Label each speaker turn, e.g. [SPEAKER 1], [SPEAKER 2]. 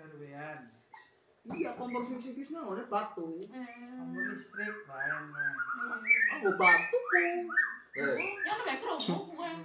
[SPEAKER 1] ano ba yan?
[SPEAKER 2] Iya, kompor subsidis na ano, bato.
[SPEAKER 1] Ang mga strict ba? Ayan na.
[SPEAKER 2] Ako, bato ko. Eh,
[SPEAKER 3] Yan na may promo. Kung kaya